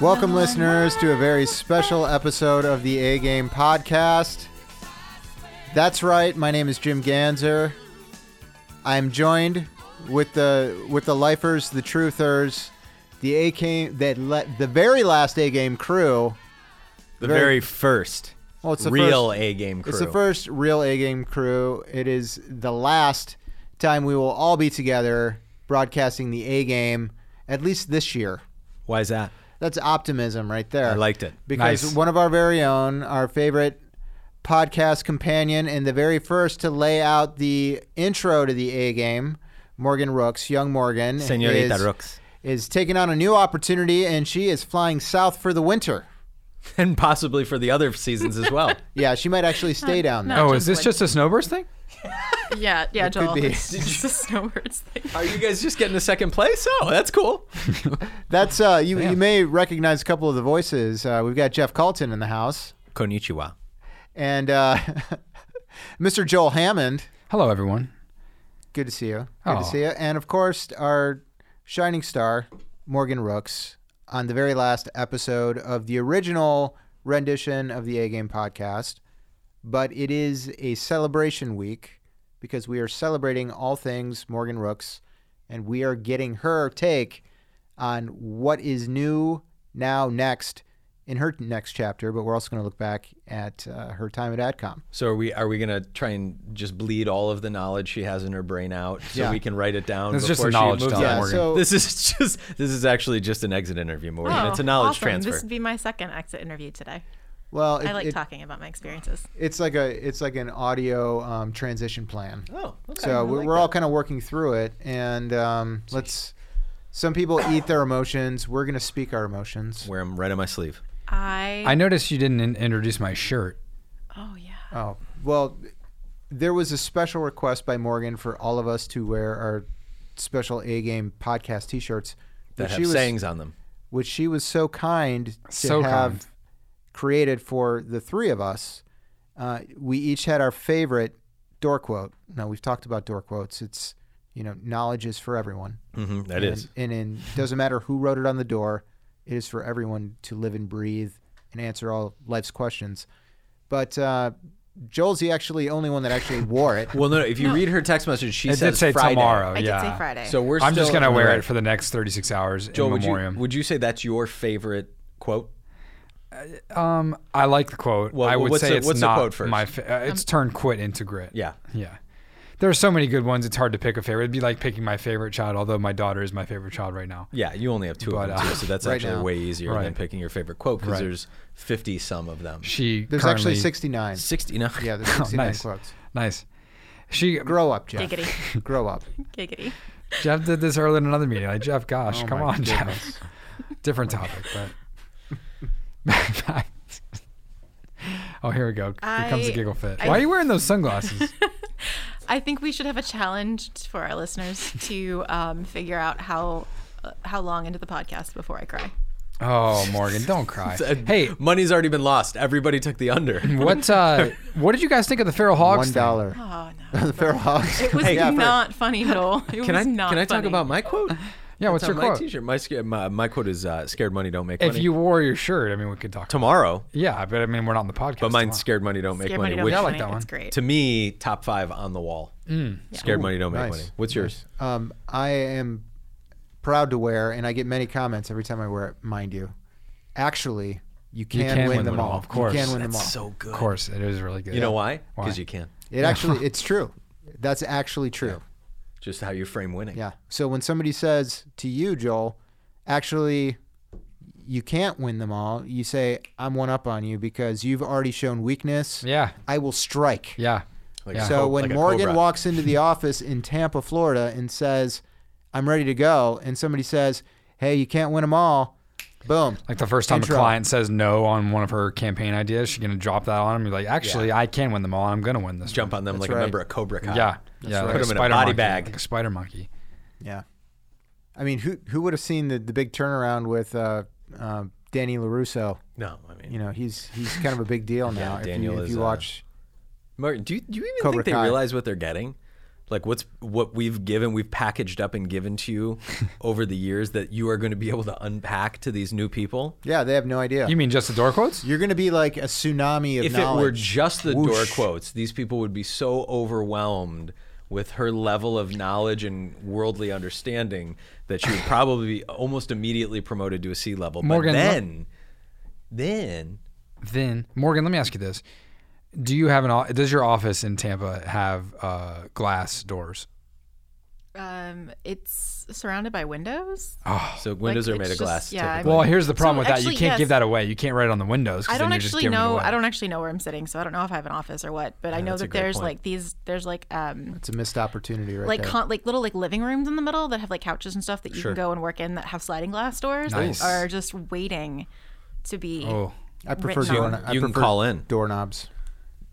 Welcome, listeners, to a very special episode of the A Game Podcast. That's right. My name is Jim Ganzer. I'm joined with the with the lifers, the truthers, the A game that le- the very last A game crew. The Very- very, first Well, it's the real first, A game crew. It's the first real A game crew. It is the last time we will all be together broadcasting the A game, at least this year. Why is that? That's optimism right there. I liked it. because Nice. one of our very own, our favorite podcast companion, and the very first to lay out the intro to the A game, Morgan Rooks, young Morgan, Senorita is, Rooks. is taking on a new opportunity, and she is flying south for the winter. And possibly for the other seasons as well. Yeah, she might actually stay down there. No. Oh, Not is just this wood. just a snowburst thing? Yeah, yeah, could Joel. be. It's just a snowbird's thing. Are you guys just getting to second place? Oh, that's cool. That's uh, you. You may recognize a couple of the voices. Uh, we've got Jeff Calton in the house, Konnichiwa. and uh, Mr. Joel Hammond. Hello, everyone. Good to see you. Good Aw. to see you. And of course, our shining star, Morgan Rooks, on the very last episode of the original rendition of the A Game podcast. But it is a celebration week because we are celebrating all things Morgan Rooks and we are getting her take on what is new now next in her next chapter. But we're also going to look back at uh, her time at AdCom. So are we are we gonna try and just bleed all of the knowledge she has in her brain out so Yeah. we can write it down? It's just before a knowledge she moves dump. on? Yeah, Morgan. so- This is just this is actually just an exit interview, Morgan. Oh, it's a knowledge awesome. transfer. This would be my second exit interview today. Well, it, I like it- talking about my experiences. it's like a it's like an audio um, transition plan. oh, okay. I So we're, like we're all that. kind of working through it, and um, let's. Some people eat their emotions. We're gonna speak our emotions. wear them right on my sleeve. I, I noticed you didn't in- introduce my shirt. oh yeah. Oh well, there was a special request by Morgan for all of us to wear our special A Game podcast T-shirts, That which have she was sayings on them. which she was so kind to So have kind. created for the three of us. Uh, we each had our favorite door quote. Now we've talked about door quotes. It's you know knowledge is for everyone. Mm-hmm, That and, is. And it doesn't matter who wrote it on the door, it is for everyone to live and breathe and answer all life's questions. But uh, Joel's the actually only one that actually wore it. Well, no, if you read her text message, she It says did say Friday. tomorrow. I yeah. did say Friday. Oh, So we're. I'm just still- gonna wear Right. it for the next 36 hours Joel, in would you, memoriam. would you say that's your favorite quote? um, I like the quote. Well, I would what's say the- it's what's the not quote first? my. Fa- uh, Um, it's turn quit into grit. Yeah. Yeah. There are so many good ones. It's hard to pick a favorite. It'd be like picking my favorite child. Although my daughter is my favorite child right now. Yeah, you only have two But, of them, uh, too, so that's right actually now. way easier than Right. picking your favorite quote because Right. there's 50 some of them. She There's currently, Oh, actually 69. 69. Yeah, there's 69 nice. quotes. Nice. She Grow up, Jeff. giggity, Grow up. giggity. Jeff did this earlier in another meeting. Like Jeff, gosh, Oh come my on, Jeff. goodness. different topic, but. oh, here we go. Here comes the I- giggle fit. I- Why are you wearing those sunglasses? I think we should have a challenge t- for our listeners to um, figure out how uh, how long into the podcast before I cry. oh, Morgan, don't cry. Uh, hey, money's already been lost. Everybody took the under. what uh, what did you guys think of the feral hogs? One thing? dollar. Oh no, the Feral Hogs. it was Hey, yeah, for- not funny, Joel. It Can I was not can I talk funny. about my quote? Yeah, what's It's your on my quote? T-shirt. My, sca- my my quote is uh, "Scared money don't make If money." you wore your shirt, I mean, we could talk. tomorrow, yeah, but I mean, we're not on the podcast. but mine's tomorrow. "Scared money don't make Scared money," money, don't which make I like money. that one. It's great. to me, top five on the wall. Mm. "Scared money don't Nice. make money." What's yours? Um, I am proud to wear, and I get many comments every time I wear it. Mind you, actually, you can, can win, them all. of course. you can win them all. That's so good. Of course, it is really good. You know why? Why? Because you can. it actually, it's true. That's actually true. Just how you frame winning. Yeah. So when somebody says to you, Joel, actually, you can't win them all, you say, I'm one up on you because you've already shown weakness. Yeah, I will strike. yeah. Like Yeah. a So co- when like a Morgan cobra. walks into the office in Tampa, Florida, and says, I'm ready to go, and somebody says, Hey, you can't win them all, boom. Like the first time Intro. a client says no on one of her campaign ideas, she's gonna drop that on him. You're like, actually, I can win them all. and I'm gonna win this. jump on them That's like right. a member of Cobra Kai. one. Yeah, yeah. right. like Put 'em in a spider body monkey, bag. Like a spider monkey. Yeah. I mean, who who would have seen the, the big turnaround with uh, uh, Danny LaRusso? No, I mean, You know, he's he's kind of a big deal now. if you, Daniel if is, you uh, watch Martin, do you, do you even Cobra think they Kai. realize what they're getting? like what's what we've given, we've packaged up and given to you over the years that you are going to be able to unpack to these new people. Yeah, they have no idea. You mean just the door quotes? You're going to be like a tsunami of If knowledge. it were just the door Whoosh. quotes, these people would be so overwhelmed with her level of knowledge and worldly understanding that she would probably be almost immediately promoted to a C level. Morgan, but let- then, then Then Morgan, let me ask you this: Do you have an? o- Does your office in Tampa have uh, glass doors? Um, it's surrounded by windows. so windows Like, are made it's of just- glass. yeah, I typically. mean- Well, here's the problem So, with that: actually, you can't yes. give that away. You can't write it on the windows. 'cause I don't then you're just actually giving it know. away. I don't actually know where I'm sitting, so I don't know if I have an office or what. But I know that's a that great there's point. like these. There's like um it's a missed opportunity right like there. con- like little like living rooms in the middle that have like couches and stuff that you Sure. can go and work in that have sliding glass doors Nice. that are just waiting to be. Oh, I prefer written door, on. I You can prefer call in. doorknobs.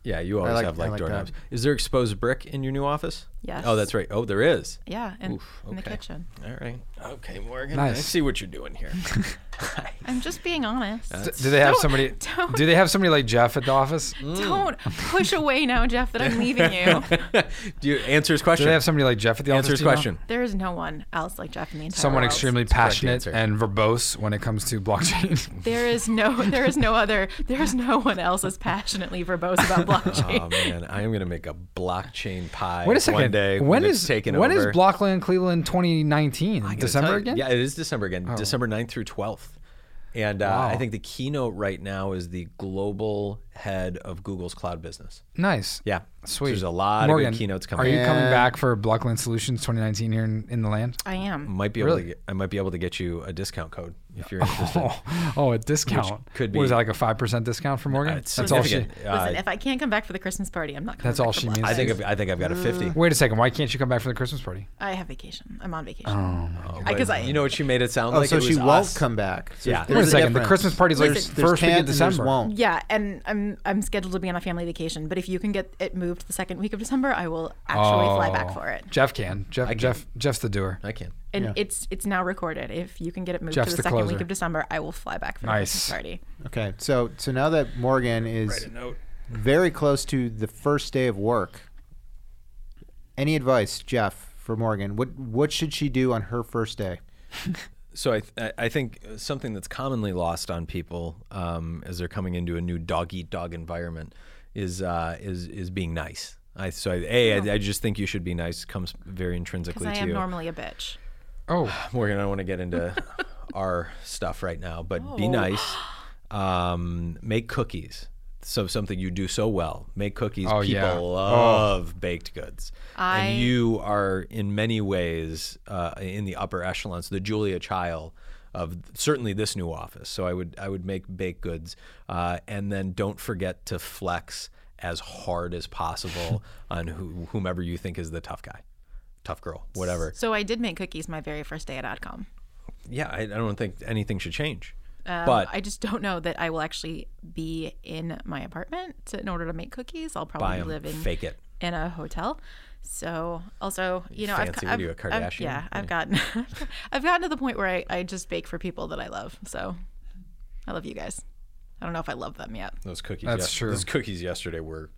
Yeah, you always like- have I like, like that. doorknobs. Is there exposed brick in your new office? Yes. Oh, that's right. Oh, there is. Yeah, in, Oof, in the okay. kitchen. All right. Okay, Morgan. I Nice. see what you're doing here. I'm just being honest. D- do they have Don't- somebody? don't- Do they have somebody like Jeff at the office? Mm, Do Don't push away now, Jeff. That I'm leaving you. Do you answer his question? they have somebody like Jeff at the answer office? his do you know? question. There is no one else like Jeff in the entire Someone world. extremely correct passionate answer. and verbose when it comes to blockchain. There is no. There is no other. There is no one else as passionately verbose Um, about blockchain. Oh man, I am gonna make a blockchain pie Wait a second. one day when it's is taken when is over. Blockland Cleveland 2019? Gonna December tell you- again? Oh. Yeah, it is December again. December 9th through 12th. And uh, I Wow. think the keynote right now is the global head of Google's cloud business. Nice. Yeah. So Sweet. there's a lot Morgan, of good keynotes Are coming. you coming And- back for Blockland Solutions 2019 here in, in the land? I am. might be able Really? to get, I might be able to get you a discount code if you're interested. Oh, oh, a discount. could What is be- that like a five percent discount for Uh, Morgan? It's That's all she. significant. Listen, Uh, if I can't come back for the Christmas party, I'm not coming. That's back all for she Blockchain. means. I think I've, I think I've got a 50. Wait a second. Why can't you come back for the Christmas party? I have vacation. I'm on vacation. Oh Because I, you know what she made it sound Oh, like? so it was she won't us. come back. So Yeah. there's Wait a second, the difference. Christmas party's like Listen, first week can't of and there's December. Won't. Yeah, and I'm I'm scheduled to be on a family vacation. But if you can get it moved the second week of December, I will actually fly back Oh. for it. Jeff can. Jeff. Jeff. Jeff's the doer. I can. And it's it's now recorded. If you can get it moved Jeff's to the, the second closer. week of December, I will fly back for the Nice. Christmas party. Okay, so so now that Morgan is note. very close to the first day of work, any advice, Jeff, for Morgan? What what should she do on her first day? So I, th- I think something that's commonly lost on people um, as they're coming into a new dog eat dog environment is uh, is is being nice. I so I, a I, I just think you should be nice comes very intrinsically Because I to am you. normally a bitch. Oh, Morgan, I don't want to get into our stuff right now, but be nice. Um, make cookies. So something you do so well. Make cookies. Oh, People yeah. love baked goods. I- And you are in many ways uh, in the upper echelons, the Julia Child of certainly this new office. So I would I would make baked goods, uh, and then don't forget to flex as hard as possible on who, whomever you think is the tough guy, tough girl, whatever. So I did make cookies my very first day at Adcom. yeah, I, I don't think anything should change. Um, but I just don't know that I will actually be in my apartment to, in order to make cookies. I'll buy probably them, live in fake it. in a hotel. So also, you know, I've, fancy, I've, what are you, a I've- Kardashian? yeah, I've gotten, I've gotten to the point where I, I just bake for people that I love. So I love you guys. I don't know if I love them yet. Those cookies. That's yes- true. Those cookies yesterday were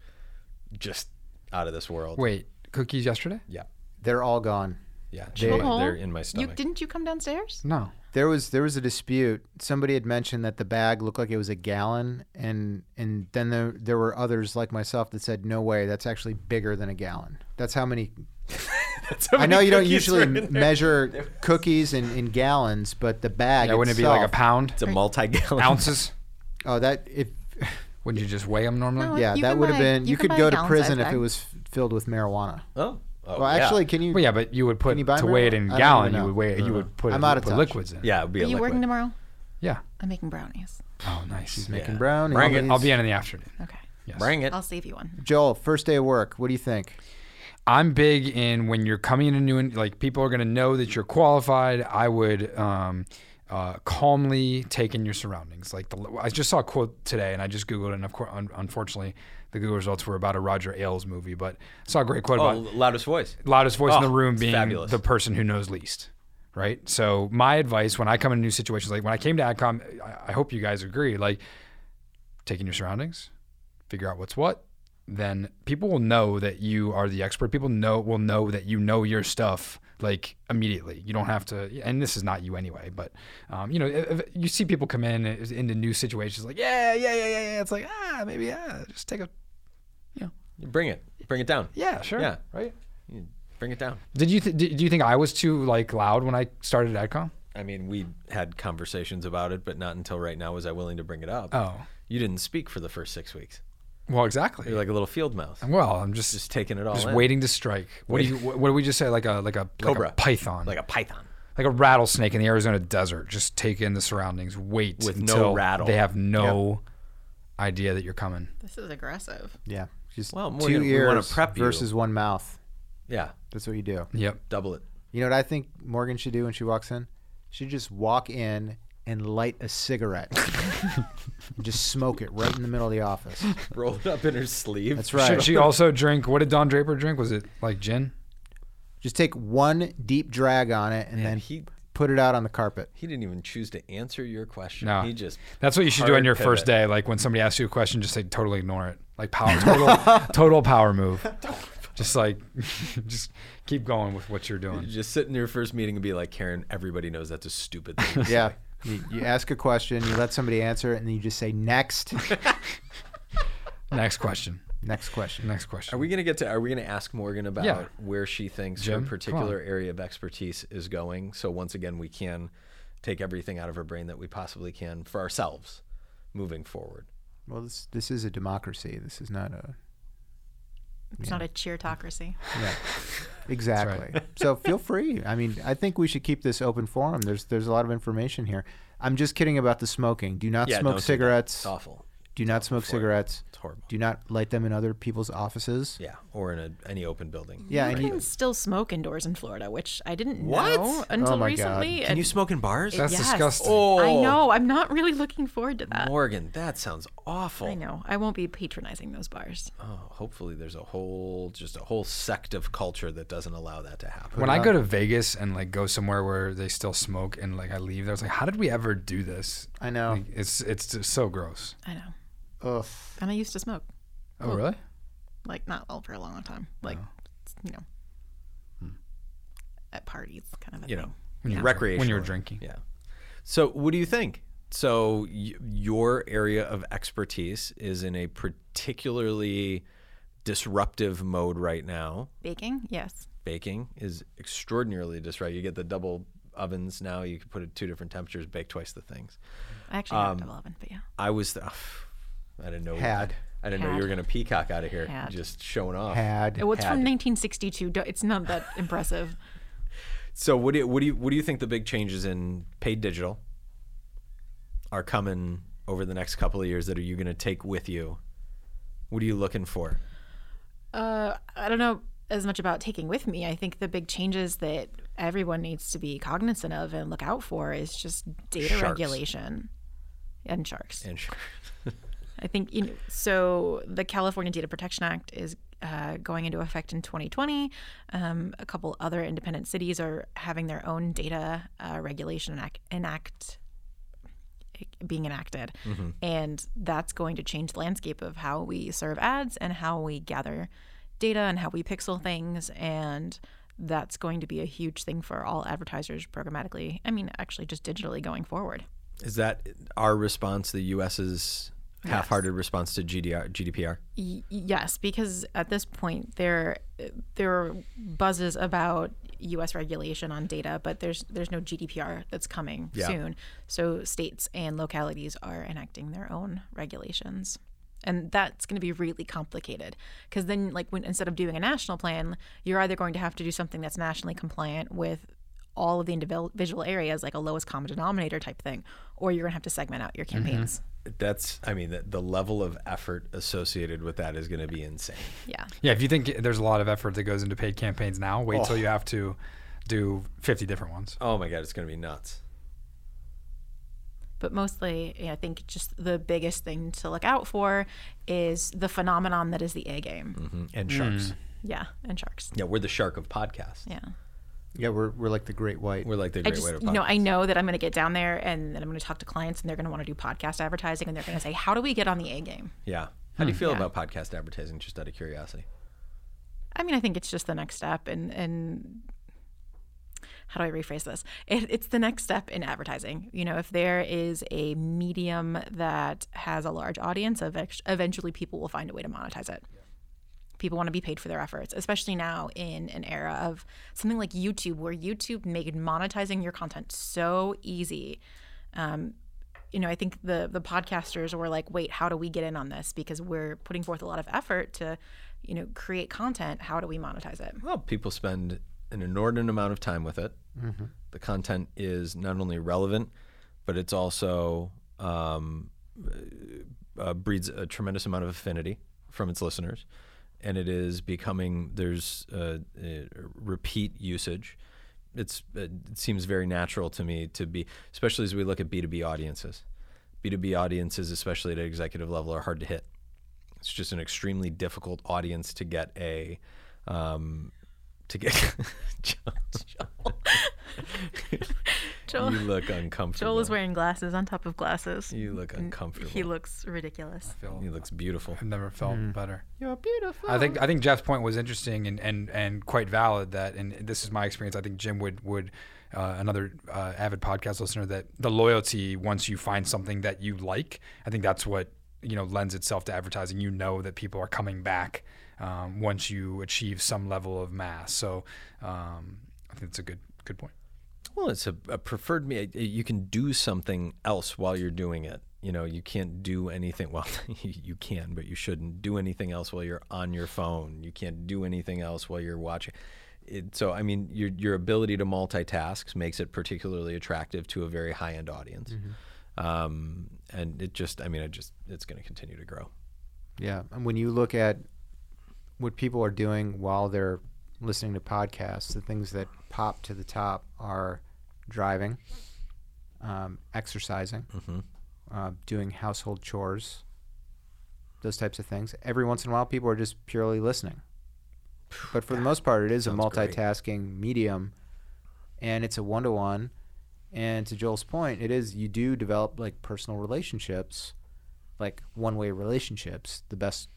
just out of this world. wait. Cookies yesterday? Yeah. They're all gone. Yeah. They- They're, Oh. they're in my You stomach. didn't you come downstairs? No. There was there was a dispute. Somebody had mentioned that the bag looked like it was a gallon, and and then there there were others like myself that said, "No way, that's actually bigger than a gallon." That's how many. I know you don't usually measure cookies in, in gallons, but the bag. Yeah, wouldn't it be like a itself- pound? It's a multi-gallon. Ounces? Oh, that if Wouldn't you just weigh them Mm-hmm. No, normally? yeah, You that can would have buy- been. you You, can could buy go a to gallon-sized prison if bag. it was filled with marijuana. Oh. oh, Well, yeah. actually, can you? Well, yeah, but you would put you buy to them weigh or- it in I don't gallon. even You know. Uh, would weigh. You would put. I'm out of put touch. liquids in. Yeah, it would be Are a you liquid. working tomorrow? Yeah. I'm making brownies. Oh, nice. Making Yeah. brown. Bring I'll be in in the afternoon. Okay, Yes. Bring it. I'll save you one. Joel, first day of work. What do you think? I'm big in when you're coming into new, like people are going to know that you're qualified. I would um, uh, calmly take in your surroundings. Like the, I just saw a quote today, and I just googled, it, and of course, un- unfortunately, the Google results were about a Roger Ailes movie, but I saw a great quote Oh, about loudest voice. loudest voice in the Oh, room it's being fabulous. the person who knows least, right? So my advice when I come in new situations, like when I came to AdCom, I, I hope you guys agree, like taking your surroundings, figure out what's what, then people will know that you are the expert. People know will know that you know your stuff like immediately. You don't have to. And this is not you anyway, but um, you know if, if you see people come in and- into new situations like yeah yeah yeah yeah yeah. It's like ah maybe yeah just take a Bring it. Bring it down. yeah sure Yeah. right. Bring it down. Did you th- did, do you think I was too like loud when I started AdCom? I mean, we had conversations about it, but not until right now was I willing to bring it up. Oh. You didn't speak for the first six weeks. Well, exactly. You're like a little field mouse, well, I'm just just taking it all just in. waiting to strike. What do you? What, what do we just say? Like a like a Cobra. like a python, Like a python. like a rattlesnake in the Arizona desert. Just take in the surroundings. Wait With no until rattle. They have no idea that you're coming. This is aggressive. Yeah. Just Well, more two than we wanna ears prep you. versus one mouth. Yeah. That's what you do. Yep. Double it. You know what I think Morgan should do when she walks in? She just walk in and light a cigarette. And just smoke it right in the middle of the office. Roll it up in her sleeve. That's right. Should she also drink? What did Don Draper drink? Was it like gin? Just take one deep drag on it and And then he put it out on the carpet. he didn't even choose to answer your question. No. He just That's what you should do on Hard your first day. Like when somebody asks you a question, just like totally ignore it. Like power, total, total power move. Just like, just keep going with what you're doing. just sit in your first meeting and be like, Karen, everybody knows that's a stupid thing. to Yeah. say." You, you ask a question, you let somebody answer it, and then you just say next. Next question. next question. Next question. Are we gonna get to? Are we gonna ask Morgan about Yeah. where she thinks Jim, come her on. particular area of expertise is going? So once again, we can take everything out of her brain that we possibly can for ourselves, moving forward. Well, this this is a democracy. This is not a It's not a cheertocracy. yeah. Exactly. So feel free. I mean, I think we should keep this open forum. There's there's a lot of information here. I'm just kidding about the smoking. Do not Yeah, smoke don't do that. cigarettes. It's awful. Do not smoke for it. cigarettes. It's horrible. Do not light them in other people's offices. Yeah, or in a, any open building. Yeah, you and can you, still smoke indoors in Florida, which I didn't What? know until Oh my God. recently. Can and- you smoke in bars? That's Yes. disgusting. I Oh. know. I'm not really looking forward to that. Morgan, that sounds awful. I know. I won't be patronizing those bars. Oh, hopefully there's a whole just a whole sect of culture that doesn't allow that to happen. When I go to Vegas and like go somewhere where they still smoke and like I leave, there, it's like, how did we ever do this? I Oh. know. Like, it's it's just so gross. I know. Ugh. And I used to smoke, Oh really? like not all for a long time, like Oh. you know, Hmm. at parties, kind of. A you thing. know, you're- recreational. when you're drinking. Yeah. So, what do you think? So, y- your area of expertise is in a particularly disruptive mode right now. baking. Yes. Baking is extraordinarily disruptive. You get the double ovens now. You can put it at two different temperatures, bake twice the things. I actually Um, have double oven, but yeah. I was, ugh, I didn't know. Had. I didn't know you Had. were going to peacock out of here, Had. just showing off. Had. Well, it's had. from 1962. Don't- It's not that impressive. So what do you, what do you what do you think the big changes in paid digital are coming over the next couple of years that are you going to take with you? What are you looking for? Uh, I don't know as much about taking with me. I think the big changes that everyone needs to be cognizant of and look out for is just data Sharks. regulation and sharks. And sure, I think you know, so. The California Data Protection Act is uh, going into effect in 2020. Um, a couple other independent cities are having their own data uh, regulation enact, enact e, being enacted, and that's going to change the landscape of how we serve ads and how we gather data and how we pixel things and. That's going to be a huge thing for all advertisers programmatically. I mean, actually, just digitally going forward. is that our response? The U.S.'s half-hearted response to GDR, GDPR. Y- yes, because at this point there there are buzzes about U.S. regulation on data, but there's there's no GDPR that's coming Yeah. soon. So states and localities are enacting their own regulations, and that's going to be really complicated because then like when instead of doing a national plan, you're either going to have to do something that's nationally compliant with all of the individual areas, like a lowest common denominator type thing, or you're going to have to segment out your campaigns. That's I mean the, the level of effort associated with that is going to be insane. Yeah. Yeah, if you think there's a lot of effort that goes into paid campaigns now, wait till you have to do 50 different ones. Oh my god, it's going to be nuts. but mostly I think just the biggest thing to look out for is the phenomenon that is the A game. Mhm. And sharks. Yeah, and sharks. Yeah, we're the shark of podcasts. Mm. Yeah. Yeah, we're, we're like the great white. We're like the I great just, white of you know, podcasts. I know that I'm going to get down there and then I'm going to talk to clients and they're going to want to do podcast advertising and they're going to say, how do we get on the A game? Yeah. How do you feel Hmm. Yeah. about podcast advertising? Just out of curiosity. I mean, I think it's just the next step, and and how do I rephrase this? It, it's the next step in advertising. You know, if there is a medium that has a large audience, ev- eventually people will find a way to monetize it. People want to be paid for their efforts, especially now in an era of something like YouTube, where YouTube made monetizing your content so easy. Um, you know, I think the the podcasters were like, "Wait, how do we get in on this? Because we're putting forth a lot of effort to, you know, create content. How do we monetize it?" Well, people spend an inordinate amount of time with it. The content is not only relevant, but it's also um, uh, breeds a tremendous amount of affinity from its listeners, and it is becoming there's uh, uh, repeat usage. It's it seems very natural to me to be, especially as we look at B two B audiences. B two B audiences, especially at executive level, are hard to hit. It's just an extremely difficult audience to get a um, to get. Joel, Joel- you look uncomfortable. Joel is wearing glasses on top of glasses. you look uncomfortable. He looks ridiculous. Feel- he looks beautiful. I've never felt better. You're beautiful. I think I think Jeff's point was interesting and and and quite valid. That and this is my experience. I think Jim would would uh, another uh, avid podcast listener that the loyalty once you find something that you like. I think that's what you know lends itself to advertising. You know that people are coming back um, once you achieve some level of mass. So um, I think it's a good good point. Well, it's a, a preferred me. uh, You can do something else while you're doing it. You know, you can't do anything. Well, you you can, but you shouldn't do anything else while you're on your phone. You can't do anything else while you're watching. It, so, I mean, your your ability to multitask makes it particularly attractive to a very high end audience. Mm-hmm. Um, and it just, I mean, it just, it's going to continue to grow. Yeah, and when you look at what people are doing while they're listening to podcasts, the things that pop to the top are driving, um, exercising, Mm-hmm. uh, doing household chores, those types of things. Every once in a while, people are just purely listening. But for the most part, it is a Sounds great. multitasking medium, and it's a one to one. And to Joel's point, it is you do develop like personal relationships, like one way relationships, the best,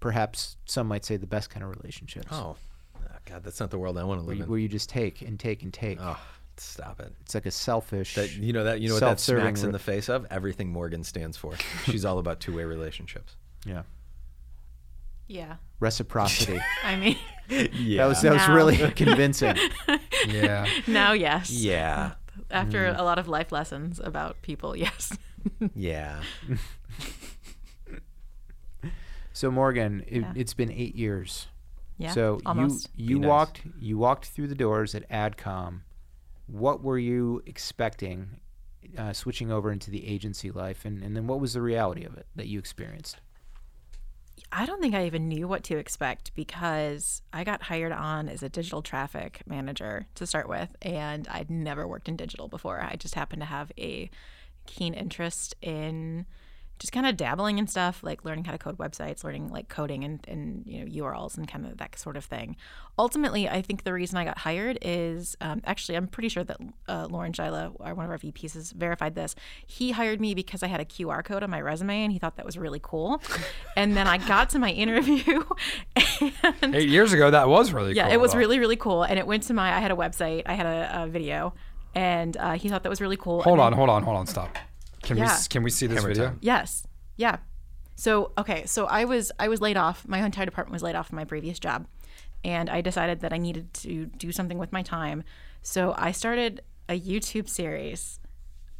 perhaps some might say the best kind of relationships. Oh, God, that's not the world I want to Where live you, in. where you just take and take and take. Oh, stop it. It's like a selfish. That you know that you know what that Self-serving smacks in re- the face of everything Morgan stands for. She's all about two-way relationships. yeah. Yeah. Reciprocity. I mean, Yeah. That was that was Now- really convincing. Yeah. now, yes. yeah. After Mm-hmm. a lot of life lessons about people, yes. Yeah. So Morgan, it, Yeah. it's been eight years. Yeah. so almost. you you Be nice. walked you walked through the doors at AdCom. What were you expecting, uh, switching over into the agency life, and, and then what was the reality of it that you experienced? I don't think I even knew what to expect because I got hired on as a digital traffic manager to start with, and I'd never worked in digital before. I just happened to have a keen interest in just kind of dabbling in stuff, like learning how to code websites, learning like coding and, and you know URLs and kind of that sort of thing. Ultimately, I think the reason I got hired is um, actually I'm pretty sure that uh, Lauren Shila, our- one of our VPs, has verified this. He hired me because I had a QR code on my resume, and he thought that was really cool. and then I got to my interview, and Eight years ago, that was really yeah, cool, it was though. really really cool. And it went to my I had a website, I had a, a video, and uh, he thought that was really cool. Hold And on, hold on, hold on. Stop. Can we Yeah. s- can we see this video? time. Yes. Yeah. So okay, so I was I was laid off. My entire department was laid off from my previous job, and I decided that I needed to do something with my time. So I started a YouTube series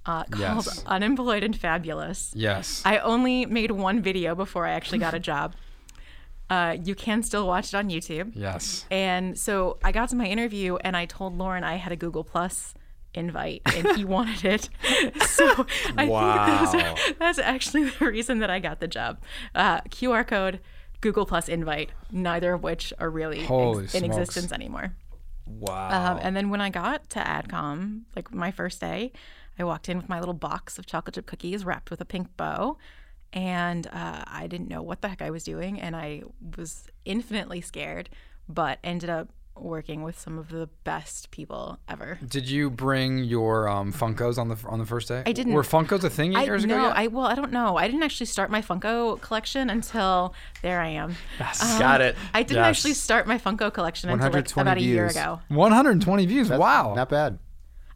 uh, called Yes. Unemployed and Fabulous. Yes. I only made one video before I actually got a job. Uh, you can still watch it on YouTube. yes. And so I got to my interview and I told Lauren I had a Google Plus invite and he wanted it. So I think Wow. that's, that's actually the reason that I got the job. Uh, QR code, Google Plus invite, neither of which are really ex- Holy in smokes. existence anymore. Wow. Um, and then when I got to AdCom, like my first day, I walked in with my little box of chocolate chip cookies wrapped with a pink bow. And uh, I didn't know what the heck I was doing. And I was infinitely scared, but ended up working with some of the best people ever. Did you bring your um, Funkos on the on the first day? I didn't. Were Funkos a thing eight I years no, ago? yet? I well, I don't know. I didn't actually start my Funko collection until there I am. Got it. Um, I didn't Yes. actually start my Funko collection until like 120 about a year views. ago. 120 views. wow. Oh, Not bad.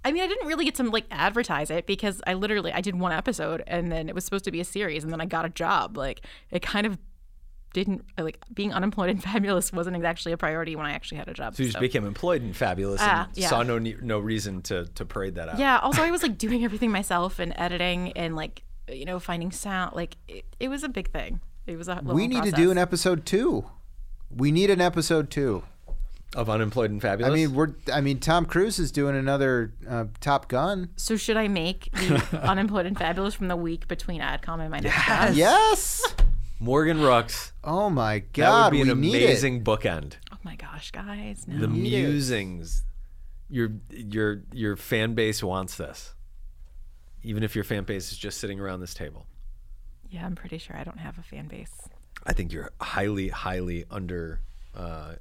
I mean, I didn't really get to like advertise it because I literally I did one episode and then it was supposed to be a series and then I got a job. Like it kind of didn't like being unemployed and fabulous wasn't actually a priority when I actually had a job. So you just so- became employed and fabulous Ah, and yeah. saw no ne- no reason to to parade that out. yeah. Also, I was like doing everything myself and editing and like you know finding sound. Like it, it was a big thing. It was a We need to do an episode two. We need an episode two. Of unemployed and fabulous. I mean, we're. I mean, Tom Cruise is doing another uh, Top Gun. So should I make the unemployed and fabulous from the week between AdCom and my next job? Yes. Morgan Rooks. Oh my That God, would be an we need amazing bookend. Oh my gosh, guys! No. The need it. musings. Your your your fan base wants this. Even if your fan base is just sitting around this table. yeah, I'm pretty sure I don't have a fan base. I think you're highly, highly under uh,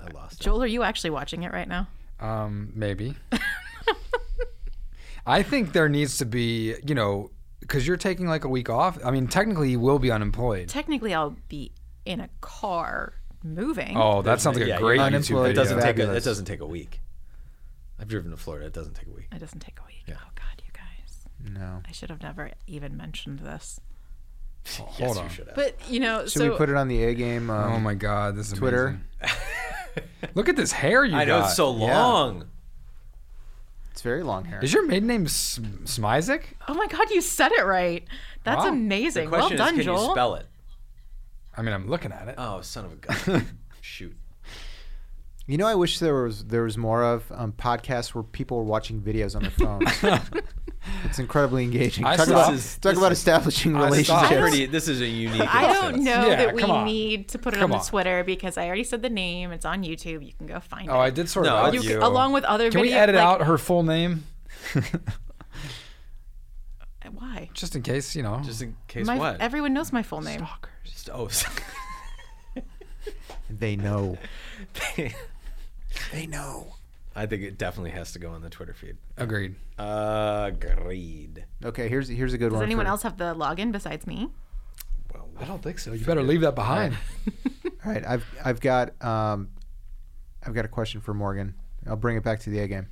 I lost it. Joel, are you actually watching it right now? Um, maybe. I think there needs to be, you know, because you're taking like a week off. I mean, technically, you will be unemployed. Technically, I'll be in a car moving. Oh, that sounds like a yeah, great you're YouTube unemployed. It video. doesn't take a, it Fabulous. doesn't take a week. I've driven to Florida, it doesn't take a week. It doesn't take a week. Oh God, you guys! it. No. I should have never even mentioned this. yes, on. you should have. But you know, Should so we put it on the A game? Um, Oh my God, this is Twitter. amazing. Look at this hair you I know got. it's so long. It's very long hair. Is your maiden name S- Smizek? oh my God, you said it right. That's Wow. The amazing. Well question done, is, can you Joel. spell it? I mean, I'm looking at it. Oh, son of a gun! Shoot. You know, I wish there was there was more of um, podcasts where people were watching videos on their phones. it's incredibly engaging. I talk saw- about This is- talk this about is- establishing I saw- relationships. Pretty, this is a unique. I don't instance. know Yeah, that we come on. need to put it Come on on. the Twitter because I already said the name. It's on YouTube. You can go find Oh, it. I did sort of. No, out you you, c- along with other Can we video- edit like- out her full name, Why? just in case you know? Just in case My, what? Everyone knows my full name. Just- oh, They know. sorry. They know. I think it definitely has to go on the Twitter feed. Uh, Agreed. Agreed. Okay, here's here's a good Does one. anyone for- else have the login besides me? Well, I don't think so. You better leave that behind. All right, I've I've got um, I've got a question for Morgan. I'll bring it back to the A game.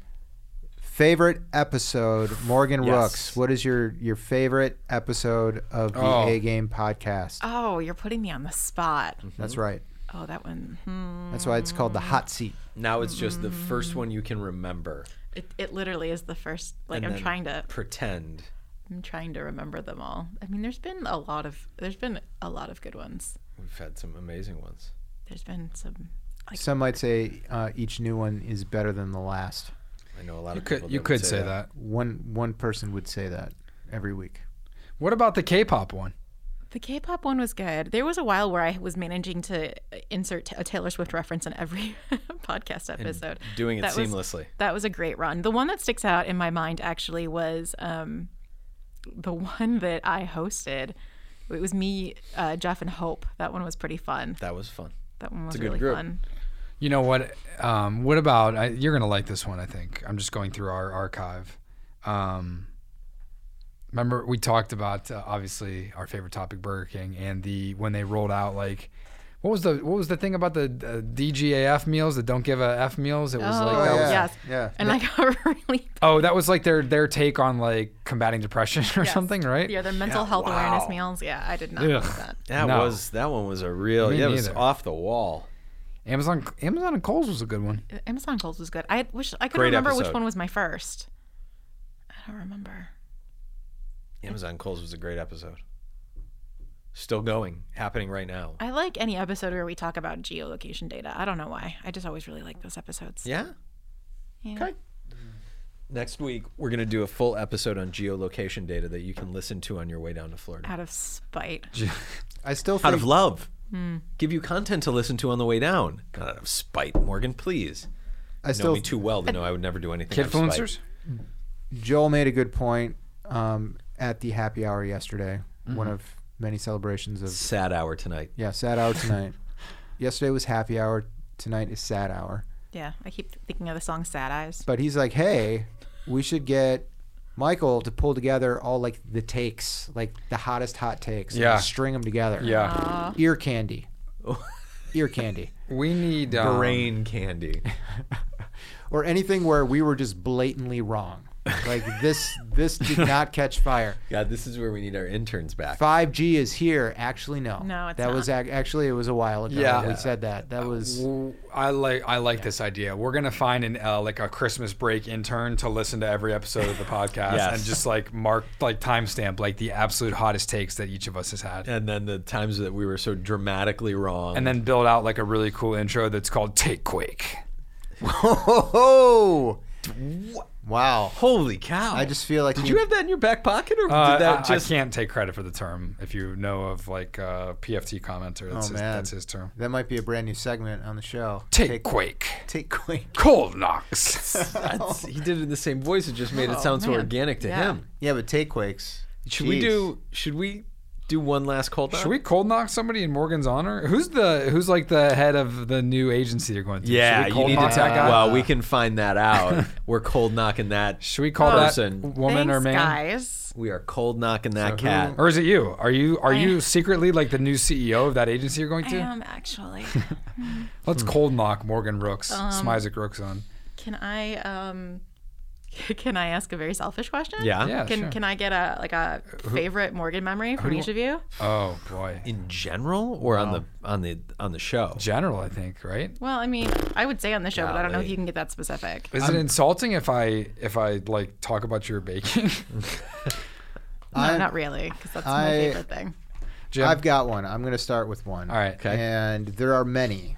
Favorite episode, Morgan Yes. Rooks. What is your your favorite episode of the Oh. A game podcast? Oh, you're putting me on the spot. Mm. That's right. Oh, that one. Hmm. That's why it's called the hot seat. now it's just the first one you can remember. It, it literally is the first. Like and I'm then trying to pretend. I'm trying to remember them all. I mean, there's been a lot of there's been a lot of good ones. We've had some amazing ones. There's been some. Like, Some might say uh, each new one is better than the last. I know a lot You of could people. you would could say that. One one person would say that every week. What about the K-pop one? the K-pop one was good. There was a while where I was managing to insert a Taylor Swift reference in every podcast episode. Doing it That was- seamlessly. That was a great run. The one that sticks out in my mind actually was um, the one that I hosted. It was me, uh, Jeff, and Hope. That one was pretty fun. That was fun. That one was a good really group. fun. You know what? Um, what about I, you're gonna like this one? I think I'm just going through our archive. Um, remember we talked about uh, obviously our favorite topic, Burger King, and the when they rolled out like. What was the what was the thing about the uh, DGAF meals that don't give a F meals? It was like Oh, that was, yeah. yes. yeah. And I got really oh that was like their their take on like combating depression or Yes. something, right? Yeah, their mental health awareness meals. Yeah, I did not Ugh. like that. That No. was that one was a real. Me yeah, it was neither. off the wall. Amazon Amazon and Kohl's was a good one. Uh, Amazon Gold was good. I wish I could Great remember which episode. one was my first. I don't remember. Amazon Coles was a great episode. Still going, happening right now. I like any episode where we talk about geolocation data. I don't know why. I just always really like those episodes. Yeah. Yeah. Okay. Next week we're gonna do a full episode on geolocation data that you can listen to on your way down to Florida. Out of spite. I still Out think of love. Hmm. Give you content to listen to on the way down. Not out of spite, Morgan. Please. I You know still me too well to know I would never do anything. out of spite. Kidfluencers. Joel made a good point um, at the happy hour yesterday. One of many celebrations of Sad hour tonight. yeah sad hour tonight. Yesterday was happy hour. Tonight is sad hour. Yeah, I keep thinking of the song Sad Eyes. But he's like, hey, we should get Michael to pull together all like the takes, like the hottest hot takes. and Yeah. string them together. Yeah. Aw. Ear candy. Ear candy. We need um, Brain candy. Or anything where we were just blatantly wrong. Like this this did not catch fire. God, this is where we need our interns back. 5G is here. Actually, no. No, it's that was ac- actually it was a while ago. Yeah. that we said that. That was w- I like I like this idea. We're gonna find an uh, like a Christmas break intern to listen to every episode of the podcast Yes. and just like mark like timestamp like the absolute hottest takes that each of us has had, And then the times that we were so dramatically wrong. and then build out like a really cool intro that's called Take Quake. oh, wow. holy cow! I just feel like did we- you have that in your back pocket, or Uh, did that I, just? I can't take credit for the term if you know of like uh, PFT commenter. That's, Oh, his, man. that's his term. that might be a brand new segment on the show. Take, Quake. take quick. Cold knocks. That's, he did it in the same voice. It just made it Oh, sound so man. organic to Yeah. him. Yeah, but take quakes. Should we Jeez. do? Should we do one last cold? knock? Should we cold knock somebody in Morgan's honor? Who's the who's like the head of the new agency you're going to? Yeah, Should we you cold need to knock that tag. guy? Well, we can find that out. We're cold knocking that. Should we call Person. that woman or Thanks, man? guys. We are cold knocking that cat. Or is it you? Are you are you secretly like the new CEO of that agency you're going I to? am Um, actually. Let's Hmm. cold knock Morgan Rooks, Um, Smizek Rooks on. Can I um can I ask a very selfish question? yeah. Yeah, Can sure. can I get a like a favorite Morgan memory from each of you? Oh boy, In general, or on the on the on the show. general, I think right. Well, I mean, I would say on the show, but I don't know if Golly. you can get that specific. Is it insulting if I if I like talk about your baking? No, I- not really, because that's I- my favorite thing. Jim? I've got one. I'm going to start with one. All right. Okay. And there are many.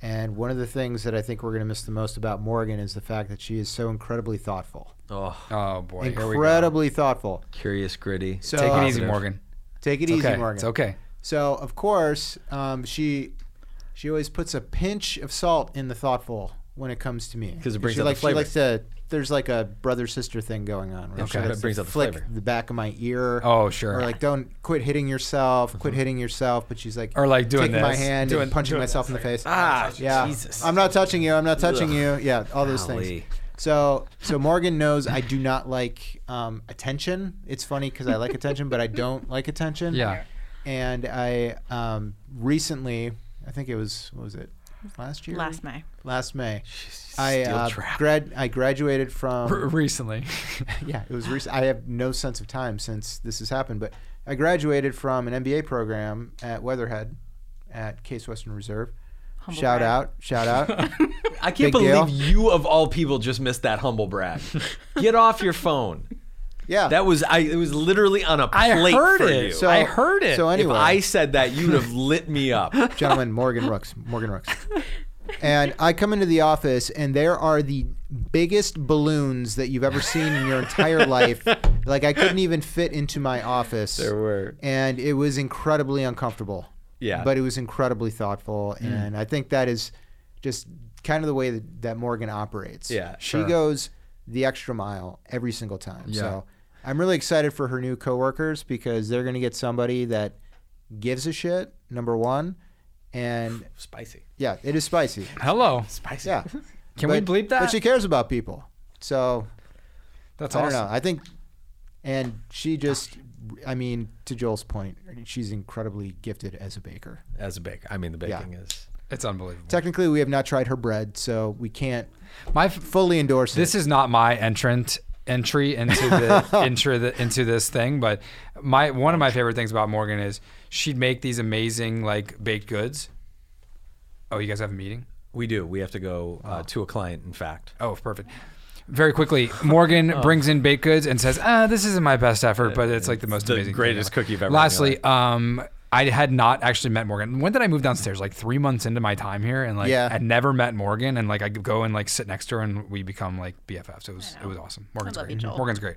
And one of the things that I think we're going to miss the most about Morgan is the fact that she is so incredibly thoughtful. Oh, Oh boy, here we go. Incredibly thoughtful. curious, gritty. So Take it um, easy, Morgan. Take it It's easy, okay. Morgan. It's okay. So of course, um, she she always puts a pinch of salt in the thoughtful when it comes to me 'Cause it brings she out the likes, flavor. She likes to. There's like a brother sister thing going on. Right? She Okay. likes It brings to out the flick flavor. the back of my ear. Oh sure. Mm-hmm. Or like, don't quit hitting yourself. Quit hitting yourself. But she's like, Or, like, doing taking my this. hand Doing- and punching doing myself in the face. Ah, yeah. Jesus. I'm not touching you. I'm not touching you. Yeah, all those Golly. things. So, so Morgan knows I do not like um, attention. It's funny because I like attention, but I don't like attention. yeah. And I um, recently, I think it was what was it last year? Last May. Last May. I Steel uh, trap. grad I graduated R- from recently. yeah, it was recent. I have no sense of time since this has happened, but I graduated from an MBA program at Weatherhead at Case Western Reserve. Humble shout brag. out, shout out. I can't Big believe deal. you of all people just missed that humble brag. Get off your phone. Yeah. That was I. It was literally on a I plate heard for it. you. So- I heard it. so if anyway, I said that, you'd have lit me up. gentlemen, Morgan Rooks, Morgan Rooks. And I come into the office, and there are the biggest balloons that you've ever seen in your entire life. Like I couldn't even fit into my office. There were. and it was incredibly uncomfortable. Yeah. But it was incredibly thoughtful, Mm. and I think that is just kind of the way that, that Morgan operates. Yeah, She sure. goes the extra mile every single time. So I'm really excited for her new coworkers because they're going to get somebody that gives a shit. Number one, and Spicy. yeah, it is spicy. Hello. Spicy. Yeah. Can but, we bleep that? But she cares about people, so That's I awesome. don't know. I think, and she just, I mean, to Joel's point, she's incredibly gifted as a baker. As a baker, I mean the baking is. It's unbelievable. Technically, we have not tried her bread, so we can't My f- fully endorse this it. is not my entrant entry into the into the into this thing, but my one of my favorite things about Morgan is she'd make these amazing like baked goods. Oh, you guys have a meeting? We do. We have to go uh, to a client. In fact, Oh, perfect. Very quickly, Morgan Oh. brings in baked goods and says, "Ah, this isn't my best effort, but it's like the most the amazing, thing greatest ever." cookie you've ever had in your Lastly, um, I had not actually met Morgan. When did I move downstairs? Like three months into my time here, and like Yeah. I never met Morgan, and like I could go and like sit next to her, and we become like BFFs. It was it was awesome. Morgan's love great. you, Joel. Morgan's great.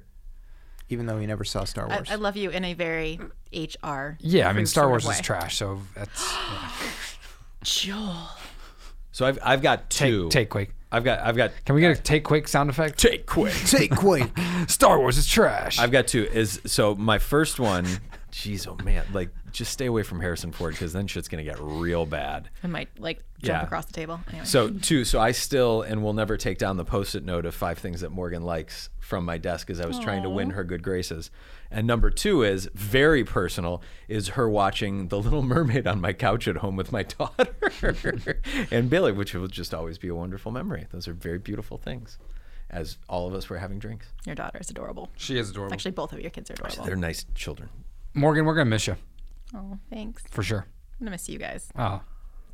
Even though we never saw Star I, Wars. I love you in a very HR. Yeah, I mean approved Star sort Wars of is way. trash, so that's Joel. so I've I've got two. take, take quick. I've got I've got Can we get a take quick sound effect? take quick. Take quick. Star Wars is trash. I've got two. Is so my first one Jeez, oh man, like just stay away from Harrison Ford because then shit's gonna get real bad. I might like Yeah. jump across the table. Anyway. So two, so I still and will never take down the post-it note of five things that Morgan likes from my desk as I was trying to win her good graces. And number two is very personal is her watching The Little Mermaid on my couch at home with my daughter and Billy, which will just always be a wonderful memory. Those are very beautiful things. As all of us were having drinks. Your daughter is adorable. She is adorable. Actually, both of your kids are adorable. They're nice children. Morgan, we're gonna miss you Oh, thanks. for sure. I'm gonna miss you guys. Oh,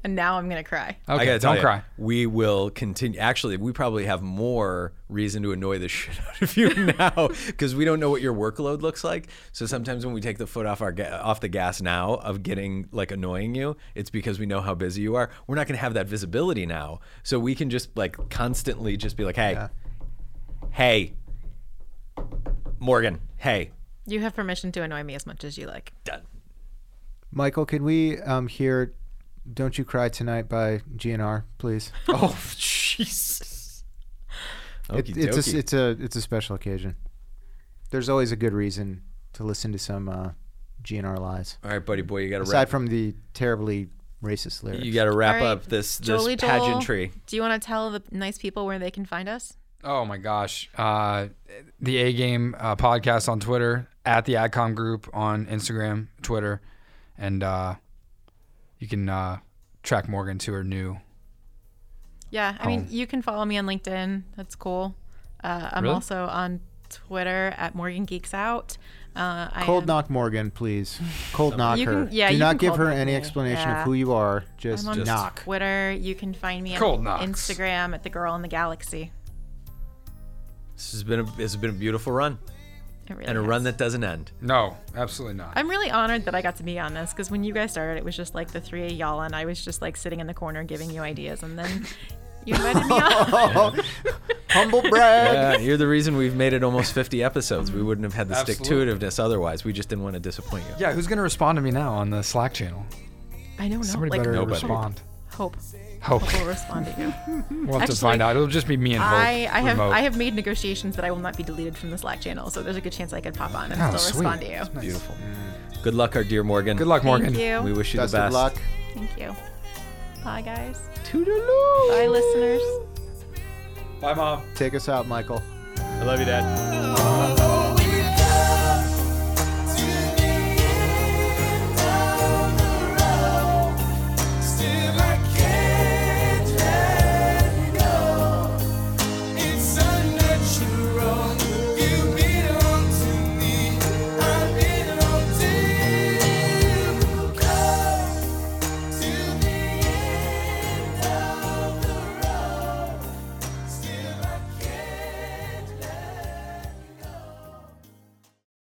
And now I'm gonna cry. okay. I gotta tell don't you, cry. We will continue. Actually, we probably have more reason to annoy the shit out of you now because we don't know what your workload looks like. So sometimes when we take the foot off our ga- off the gas now of getting like annoying you, it's because we know how busy you are. We're not gonna have that visibility now, so we can just like constantly just be like, hey, hey, Morgan, hey, You have permission to annoy me as much as you like. done. Michael, can we um, hear Don't You Cry Tonight by GNR, please? Oh Jesus. It- Okey it's, dokey. a, it's, a, it's a special occasion. There's always a good reason to listen to some uh, GNR lies, All right, buddy boy, you gotta wrap. aside from the terribly racist lyrics. you gotta wrap All right, up this this Jolie Joel, pageantry. Do you want to tell the nice people where they can find us? Oh my gosh. Uh, the A Game uh, podcast on Twitter, at the AdCom group on Instagram, Twitter, and uh, you can uh, track Morgan to her new. Yeah, I mean, Oh. you can follow me on LinkedIn. That's cool. Uh, I'm Really? also on Twitter at Morgan Geeks Out. Uh, I Cold am- knock Morgan, please. Cold knock You her. can- yeah, Do you not can give cold her knock any me. explanation Yeah. of who you are. Just, I'm on knock. Twitter. You can find me Cold on knocks. Instagram at the Girl in the Galaxy. This has been a, it's been a beautiful run It really and a has. run that doesn't end. No, absolutely not. I'm really honored that I got to be on this because when you guys started, it was just like the three of y'all, and I was just like sitting in the corner giving you ideas, and then you invited me on. Oh, Humble brag. Yeah, you're the reason we've made it almost 50 episodes. We wouldn't have had the stick to Absolutely. itiveness otherwise. We just didn't want to disappoint you. yeah, who's gonna respond to me now on the Slack channel? I don't know. Somebody like, better Nobody. respond. Hope. Hope Hope will respond to you. we'll have to Actually, find out. It'll just be me and Hope. I, I have remote. I have made negotiations that I will not be deleted from the Slack channel, so there's a good chance I could pop on and Oh, still sweet. respond to you. Beautiful. Good luck, our dear Morgan. Good luck, Morgan. Thank you. We wish you Best the best. of luck. Thank you. Bye, guys. Toodaloo. Bye, listeners. Bye, mom. Take us out, Michael. I love you, Dad. Thank